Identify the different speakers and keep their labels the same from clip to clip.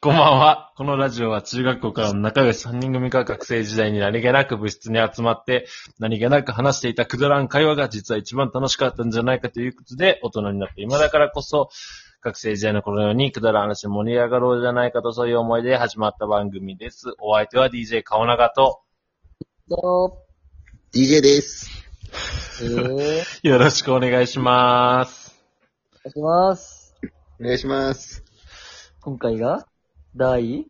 Speaker 1: こんばんは。このラジオは中学校からの仲良し3人組が学生時代に何気なく部室に集まって、何気なく話していたくだらん会話が実は一番楽しかったんじゃないかということで、大人になって今だからこそ、学生時代の頃のようにくだらん話で盛り上がろうじゃないかとそういう思いで始まった番組です。お相手は DJ 顔長と、
Speaker 2: ど
Speaker 3: DJ です。
Speaker 2: うえー、お願いし
Speaker 1: よろしくお願いします。
Speaker 2: ます。
Speaker 3: お願いします。
Speaker 2: 今回が、第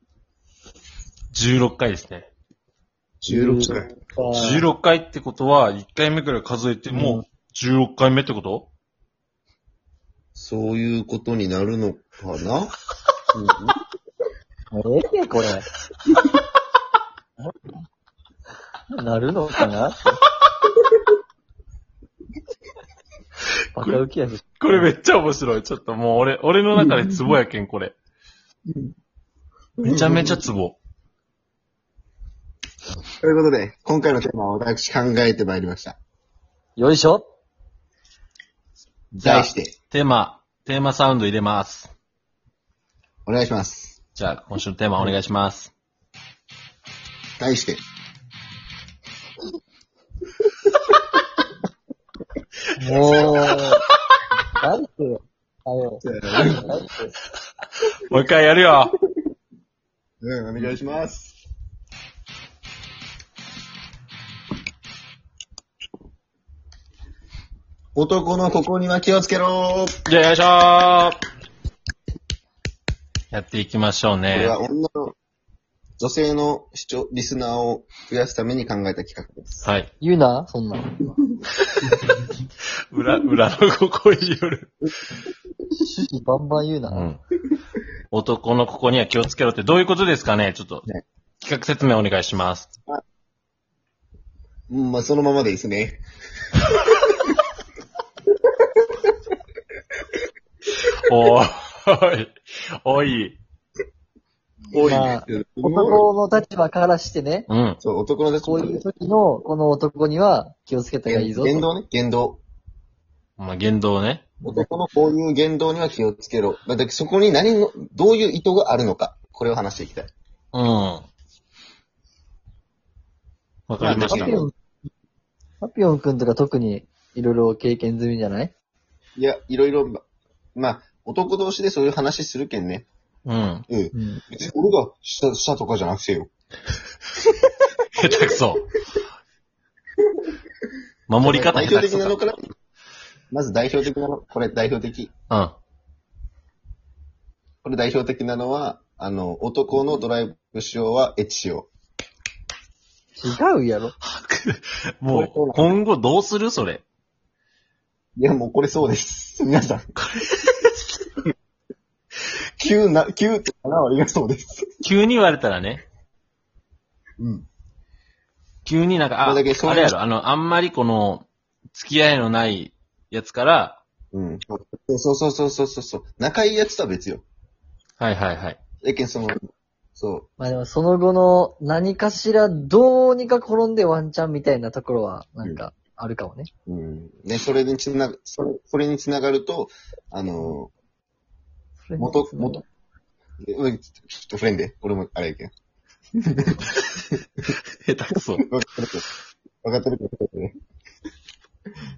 Speaker 1: 16回ですね。
Speaker 3: 16回。
Speaker 2: 回。
Speaker 1: 16回ってことは、1回目から数えてもう16回目ってこと、
Speaker 3: そういうことになるのかな、
Speaker 2: ええこれ。なるのかなバカウキやし。
Speaker 1: これめっちゃ面白い。ちょっともう俺、俺の中でツボやけん、これ。めちゃめちゃツボ。
Speaker 3: ということで、今回のテーマは私考えてまいりました。
Speaker 2: よいしょ
Speaker 1: じゃあ
Speaker 3: 題し、て、
Speaker 1: テーマ、テーマサウンド入れます。
Speaker 3: お願いします。
Speaker 1: じゃあ、今週のテーマお願いします。
Speaker 3: 題して、
Speaker 2: もう、なんてよ。あよ。なんてよ
Speaker 1: もう一回やるよ。
Speaker 3: うん、お願いします。男のここには気をつけろー。
Speaker 1: じゃあ、よいしょー。やっていきましょう
Speaker 3: これ
Speaker 1: ね。
Speaker 3: は女の、女性の視聴、リスナーを増やすために考えた企画です。
Speaker 1: はい。
Speaker 2: 言うな、そんなん。
Speaker 1: 裏、裏のここによる。
Speaker 2: 趣旨バンバン言う
Speaker 1: う
Speaker 2: な。
Speaker 1: ん。男のここには気をつけろってどういうことですかねちょっと
Speaker 3: ね、
Speaker 1: 企画説明お願いします。
Speaker 3: うん、まあ、そのままでいいですね。
Speaker 1: おーい。おい。
Speaker 3: 多い
Speaker 2: まあ男の立場からしてね、
Speaker 1: うん。
Speaker 3: そう、男の立
Speaker 2: こういう時の、この男には気をつけた方がいいぞと。
Speaker 3: 言動ね、言動。
Speaker 1: まあ、言動ね。
Speaker 3: 男のこういう言動には気をつけろ。だってそこに何の、どういう意図があるのか。これを話していきたい。
Speaker 1: うん。わかりまし
Speaker 2: パ
Speaker 1: た
Speaker 2: ピ。ョン、パピョンくんとか特にいろいろ経験済みじゃない
Speaker 3: いや、いろいろ、ままあ、男同士でそういう話するけんね。
Speaker 1: うん。
Speaker 3: うん。
Speaker 2: うん。
Speaker 3: 別に俺がした、したとかじゃなくてよ。
Speaker 1: 下手くそ。守り方
Speaker 3: 代
Speaker 1: 下手
Speaker 3: 表
Speaker 1: く
Speaker 3: 的なの
Speaker 1: そ
Speaker 3: から、まず代表的なの、これ代表的。
Speaker 1: か。
Speaker 3: これ代表的なのは、あの、男のドライブ仕様はエッチ仕様。
Speaker 2: 違うやろ。
Speaker 1: うん。もう、今後どうするそれ。
Speaker 3: いや、もうこれそうです。皆さん。9な、9って7割がそうです。
Speaker 1: 急に言われたらね。
Speaker 3: うん。
Speaker 1: 急になんか、あ、
Speaker 3: これだけそう
Speaker 1: あれやろ、あの、あんまりこの、付き合いのないやつから、
Speaker 3: うん。そうそうそうそうそうそう。仲いいやつとは別よ。
Speaker 1: はいはいはい。
Speaker 3: えけん、その、そ
Speaker 2: まあでもその後の何かしらどうにか転んでワンチャンみたいなところはなんかあるかもね。
Speaker 3: う。うん。ね、それにつな、それ、それにつながると、あの
Speaker 2: それに
Speaker 3: 元元ー、うんちょっとフレンで、俺もあれやけん。
Speaker 1: 下手くそ。
Speaker 3: わかってるけど。わかってるけどね。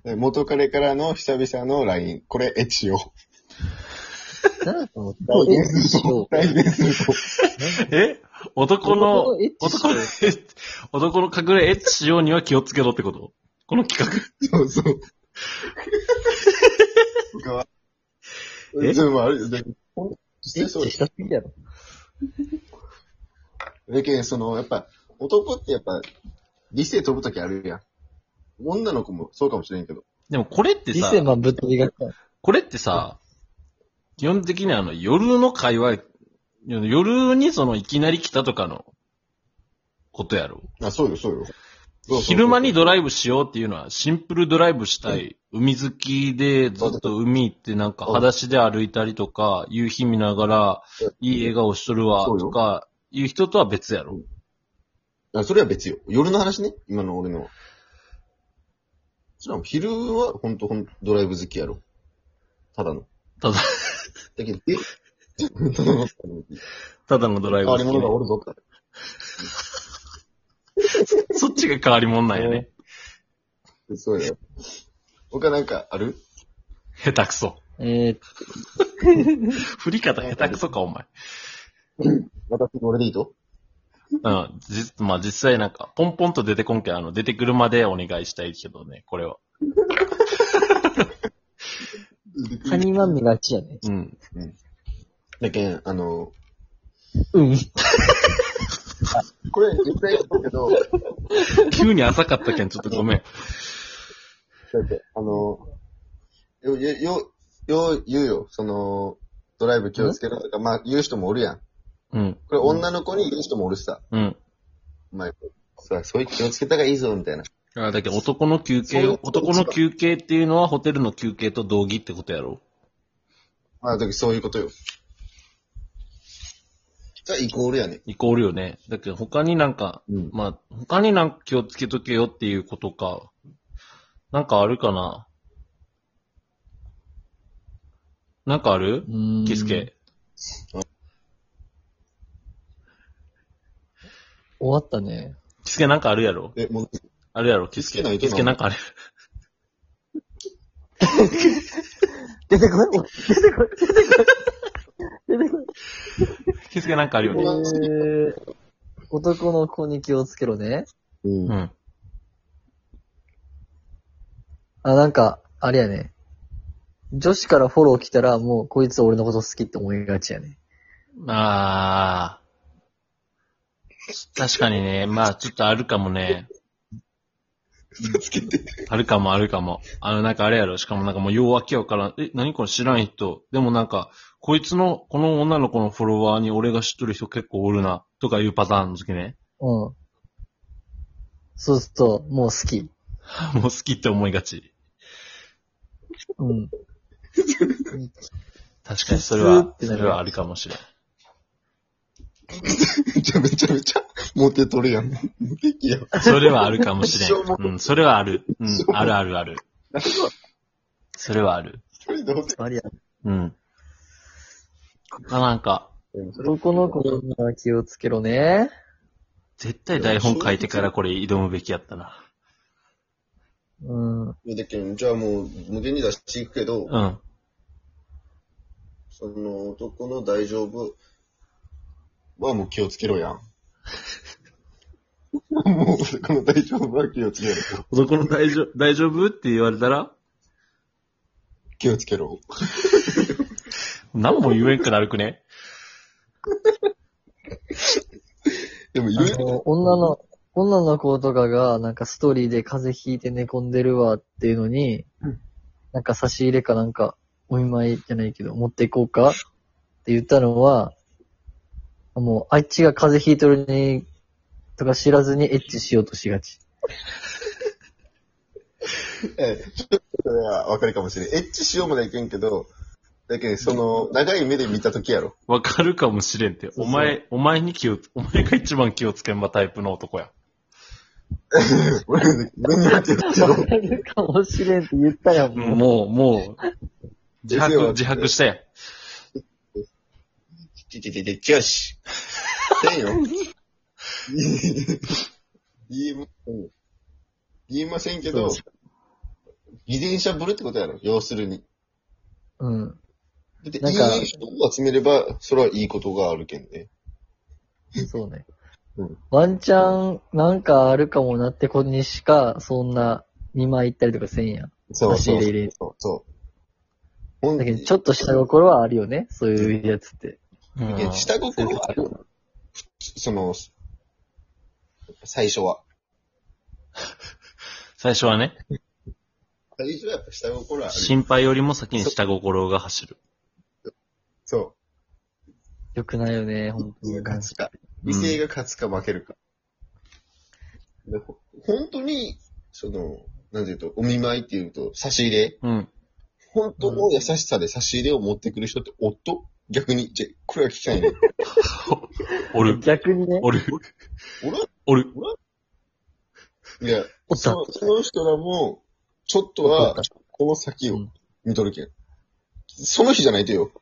Speaker 3: で元彼からの久々の LINE。これ、エッチよ。
Speaker 2: なんだと思った
Speaker 3: そう
Speaker 2: エッチしよう。
Speaker 3: 代弁すると。
Speaker 1: え男の、
Speaker 2: 男のエッチし
Speaker 1: 男
Speaker 2: よ
Speaker 1: の
Speaker 2: う
Speaker 1: エッチ、男の隠れエッチしようには気をつけろってことこの企画。
Speaker 3: そうそう。他は。
Speaker 1: え
Speaker 3: 全部あるよ。でほん
Speaker 2: エ
Speaker 3: 実際そう
Speaker 2: ッ
Speaker 3: で
Speaker 2: チ
Speaker 3: す
Speaker 2: したすぎやろ。
Speaker 3: だけど、その、やっぱ、男ってやっぱ、理性飛ぶときあるやん。女の子もそうかもしれんけど。
Speaker 1: でもこれって
Speaker 2: リ
Speaker 1: さ、
Speaker 2: セマンぶっ飛びがちだ。
Speaker 1: これってさ、基本的にあの、夜の会話、夜にその、いきなり来たとかの、ことやろ。
Speaker 3: あ、そうよ、そうよ。
Speaker 1: 昼間に
Speaker 3: ど
Speaker 1: ドライブしようっていうのは、シンプルドライブしたい。海好きで、ずっと海行ってなんか、
Speaker 3: そう
Speaker 1: 裸足で歩いたりとか、夕日見ながら、いい笑顔しとるわ、
Speaker 3: そうよ
Speaker 1: とか、いう人とは別やろ。
Speaker 3: あ、それは別よ。夜の話ね。今の俺のは。それは昼は、ほんと、ほんドライブ好きやろ。ただの。
Speaker 1: ただ、
Speaker 3: だけど、で
Speaker 1: ただのドライ
Speaker 3: 変
Speaker 1: バ
Speaker 3: わ
Speaker 1: ー
Speaker 3: り
Speaker 1: 好き
Speaker 3: 者
Speaker 1: ね
Speaker 3: がおるぞって。
Speaker 1: そっちが変わり者なんやね。
Speaker 3: そうよ。他なんかある
Speaker 1: 下手くそ。
Speaker 2: えー、
Speaker 1: 振り方下手くそか、お前。
Speaker 3: 私の俺でいいと
Speaker 1: うん。じ、まあ実際なんか、ポンポンと出てこんけど、あの、出てくるまでお願いしたいけどね、これは。
Speaker 2: カニマンミがちやね。
Speaker 1: うん。
Speaker 3: だけん、あの、
Speaker 2: うん。
Speaker 3: これ絶対だけど、
Speaker 1: 急に浅かったけん、ちょっとごめん。
Speaker 3: だって、あの、よ、よ、よ、よ、言うよ。その、ドライブ気をつけろとか、まあ、言う人もおるやん。
Speaker 1: うん。
Speaker 3: これ女の子に言う人もおるしさ。
Speaker 1: うん。
Speaker 3: まあ、さ、そういう気をつけた方がいいぞ、みたいな。
Speaker 1: あだけど男の休
Speaker 3: そ
Speaker 1: 憩
Speaker 3: ういう
Speaker 1: を、男の休憩っていうのはホテルの休憩と同義ってことやろ
Speaker 3: まあ、だけどそういうことよ。がイコールやね。
Speaker 1: イコールよね。だけど他になんか、
Speaker 3: うん。
Speaker 1: まあ、他になんか気をつけとけよっていうことか。なんかあるかななんかある
Speaker 2: うん
Speaker 1: キスケ。
Speaker 2: 終わったね。
Speaker 1: キスケなんかあるやろ
Speaker 3: え、もう、
Speaker 1: あるやろキスケ。
Speaker 3: キスケないけ
Speaker 1: キ
Speaker 3: ど
Speaker 1: スケなんかある。
Speaker 2: 出てこい出てこい出てこい出てこい
Speaker 1: キスケなんかあるよね。
Speaker 2: えー、男の子に気をつけろね。
Speaker 3: うん。
Speaker 1: う
Speaker 3: あ
Speaker 1: ん。
Speaker 2: あ、なんか、あれやね。女子からフォロー来たら、もう、こいつ俺のこと好きって思いがちやね。
Speaker 1: あー。確かにね。まあ、ちょっとあるかもね。あるかも、あるかも。あの、なんかあれやろ。しかもなんかもう、ようわけわからん。え、何これ知らん人。でもなんか、こいつの、この女の子のフォロワーに俺が知っとる人結構おるな。とかいうパターンの時ね。
Speaker 2: うん。そうすると、もう好き。
Speaker 1: もう好きって思いがち。
Speaker 2: うん。
Speaker 1: 確かにそれ
Speaker 2: 普通
Speaker 1: は
Speaker 2: っ、てな
Speaker 1: そ
Speaker 2: る
Speaker 1: れはあるかもしれん。
Speaker 3: めちゃめちゃめちゃ、モテとるやん。モテ期やん。
Speaker 1: それはあるかもしれ
Speaker 3: 一生も
Speaker 1: ん。うん、それはある。うん、あるあるあ る。
Speaker 3: 何は、
Speaker 1: それはある。
Speaker 3: 一人でモテ
Speaker 2: あれや。
Speaker 1: うん。他なんか、
Speaker 2: 男の子には気をつけろね。
Speaker 1: 絶対台本書いてからこれ挑むべきやったな。
Speaker 2: うん。
Speaker 3: だけど、じゃあもう、無限に出していくけど、
Speaker 1: うん。
Speaker 3: その男の大丈夫はもう気をつけろやん。もう男の大丈夫は気をつけろ。
Speaker 1: 男の大丈夫、大丈夫って言われたら、
Speaker 3: 気をつけろ。
Speaker 1: 何も言えんくなるくね。
Speaker 3: でも
Speaker 2: あ
Speaker 3: 言う
Speaker 2: の、女の、女の子とかが、なんかストーリーで風邪ひいて寝込んでるわっていうのに、
Speaker 3: うん
Speaker 2: なんか差し入れかなんか、お見舞いじゃないけど、持っていこうかって言ったのは、もう、あっちが風邪ひいてるに、とか知らずにエッチしようとしがち。
Speaker 3: ええちょっとはわかるかもしれん。エッチしようまでいけんけど、だけど、その、長い目で見たときやろ。
Speaker 1: わかるかもしれんって。
Speaker 2: うそう
Speaker 1: お前、お前に気を、お前が一番気をつけんばタイプの男や。
Speaker 3: 俺目に当てるけ
Speaker 2: わ
Speaker 3: ど
Speaker 2: かるかもしれんって言ったやん、もう。
Speaker 1: もう、もう、自
Speaker 3: です
Speaker 1: 白、
Speaker 3: よ
Speaker 1: 自白したやん。
Speaker 3: ちちちちちよし。せん よ。言えませんよ。言えませんけど
Speaker 2: そ、
Speaker 3: 偽善者ぶるってことやろ。要するに。
Speaker 2: うん。
Speaker 3: だって、いい
Speaker 2: なんか
Speaker 3: 人を集めれば、それはいいことがあるけんね。
Speaker 2: そうね
Speaker 3: うん。
Speaker 2: ワンチャン、なんかあるかもなって子にしか、そんな、見舞い行ったりとかせんやん。
Speaker 3: そう
Speaker 2: 差し
Speaker 3: そう
Speaker 2: 入れ入れ
Speaker 3: そうそう。ほん
Speaker 2: だけど、ちょっと下心はあるよね。そういうやつって。
Speaker 1: うん
Speaker 3: いや下心はあるよな。その、最初は。
Speaker 1: 最初はね、
Speaker 3: 最初はやっぱ下心はあるよ。
Speaker 1: 心配よりも先に下心が走る。
Speaker 3: そ
Speaker 2: よくないよね、本
Speaker 3: う。理性
Speaker 2: 当に
Speaker 3: が勝。つか。理性が勝つか負けるか。でほ本当に、その、なんていうと、お見舞いっていうと、差し入れ
Speaker 1: うん。
Speaker 3: 本当の優しさで差し入れを持ってくる人って夫逆に、じゃ、これは聞きた いね。
Speaker 1: おる。
Speaker 2: 逆にね、
Speaker 1: おる。
Speaker 3: 俺は
Speaker 1: おる。
Speaker 3: いや、
Speaker 2: おった
Speaker 3: そのその人らも、ちょっと
Speaker 2: おっ
Speaker 3: は
Speaker 2: た、
Speaker 3: この先
Speaker 2: う
Speaker 3: を
Speaker 2: ん
Speaker 3: 見とるけん。その日じゃないとよ。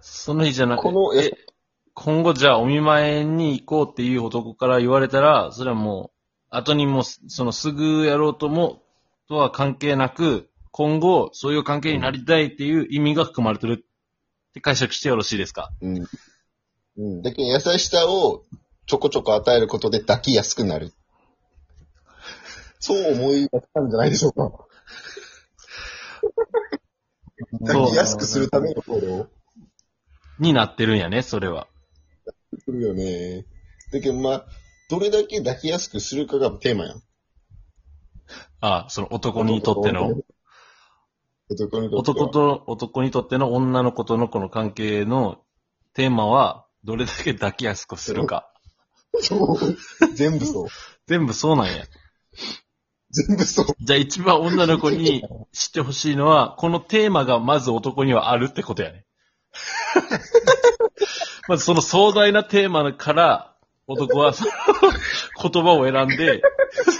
Speaker 1: その日じゃなく
Speaker 3: この、
Speaker 1: て、
Speaker 3: え、
Speaker 1: 今後じゃあお見舞いに行こうっていう男から言われたら、それはもう、後にもう、そのすぐやろうとも、とは関係なく、今後、そういう関係になりたいっていう意味が含まれてるって解釈してよろしいですか
Speaker 3: うん。うん。だけど優しさをちょこちょこ与えることで抱きやすくなる。そう思い出したんじゃないでしょ うか。抱きやすくするための行動
Speaker 1: になってるんやね、それは。
Speaker 3: するよね。だけどまあ、どれだけ抱きやすくするかがテーマやん。
Speaker 1: ああその男にとっての、
Speaker 3: 男にとっては
Speaker 1: 男と、男にとっての女の子とのこの関係のテーマは、どれだけ抱きやすくする か。
Speaker 3: そう。全部そう。
Speaker 1: 全部そうなんや。
Speaker 3: 全 部そう。
Speaker 1: じゃあ一番女の子に知ってほしいのは、このテーマがまず男にはあるってことやね。まずその壮大なテーマから、男はその言葉を選んで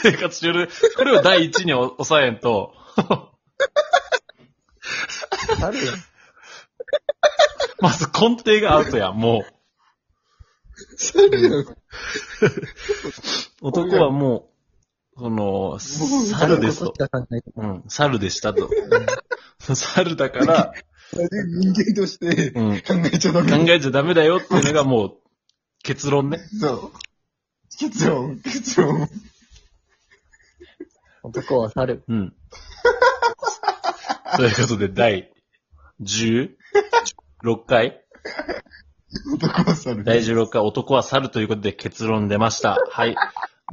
Speaker 1: 生活してる。これを第一に抑えんと、
Speaker 2: あるやん。
Speaker 1: まず根底がアウトやん、もう。男はもう、その、猿ですと
Speaker 2: し。か考えて
Speaker 1: うん、猿でしたと。猿だから、
Speaker 3: 人間として
Speaker 1: うん、
Speaker 3: 考えちゃダ
Speaker 1: 考えちゃダメだよっていうのがもう、結論ね。
Speaker 3: そう。結論、結論。
Speaker 2: 男は猿。
Speaker 1: うん。 ということで、第16回
Speaker 3: 男は猿
Speaker 1: 第16回、男は猿ということで結論出ました。はい。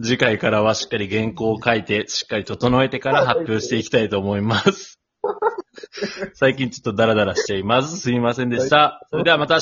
Speaker 1: 次回からはしっかり原稿を書いて、しっかり整えてから発表していきたいと思います。最近ちょっとダラダラしています。すみませんでした。それではまた明日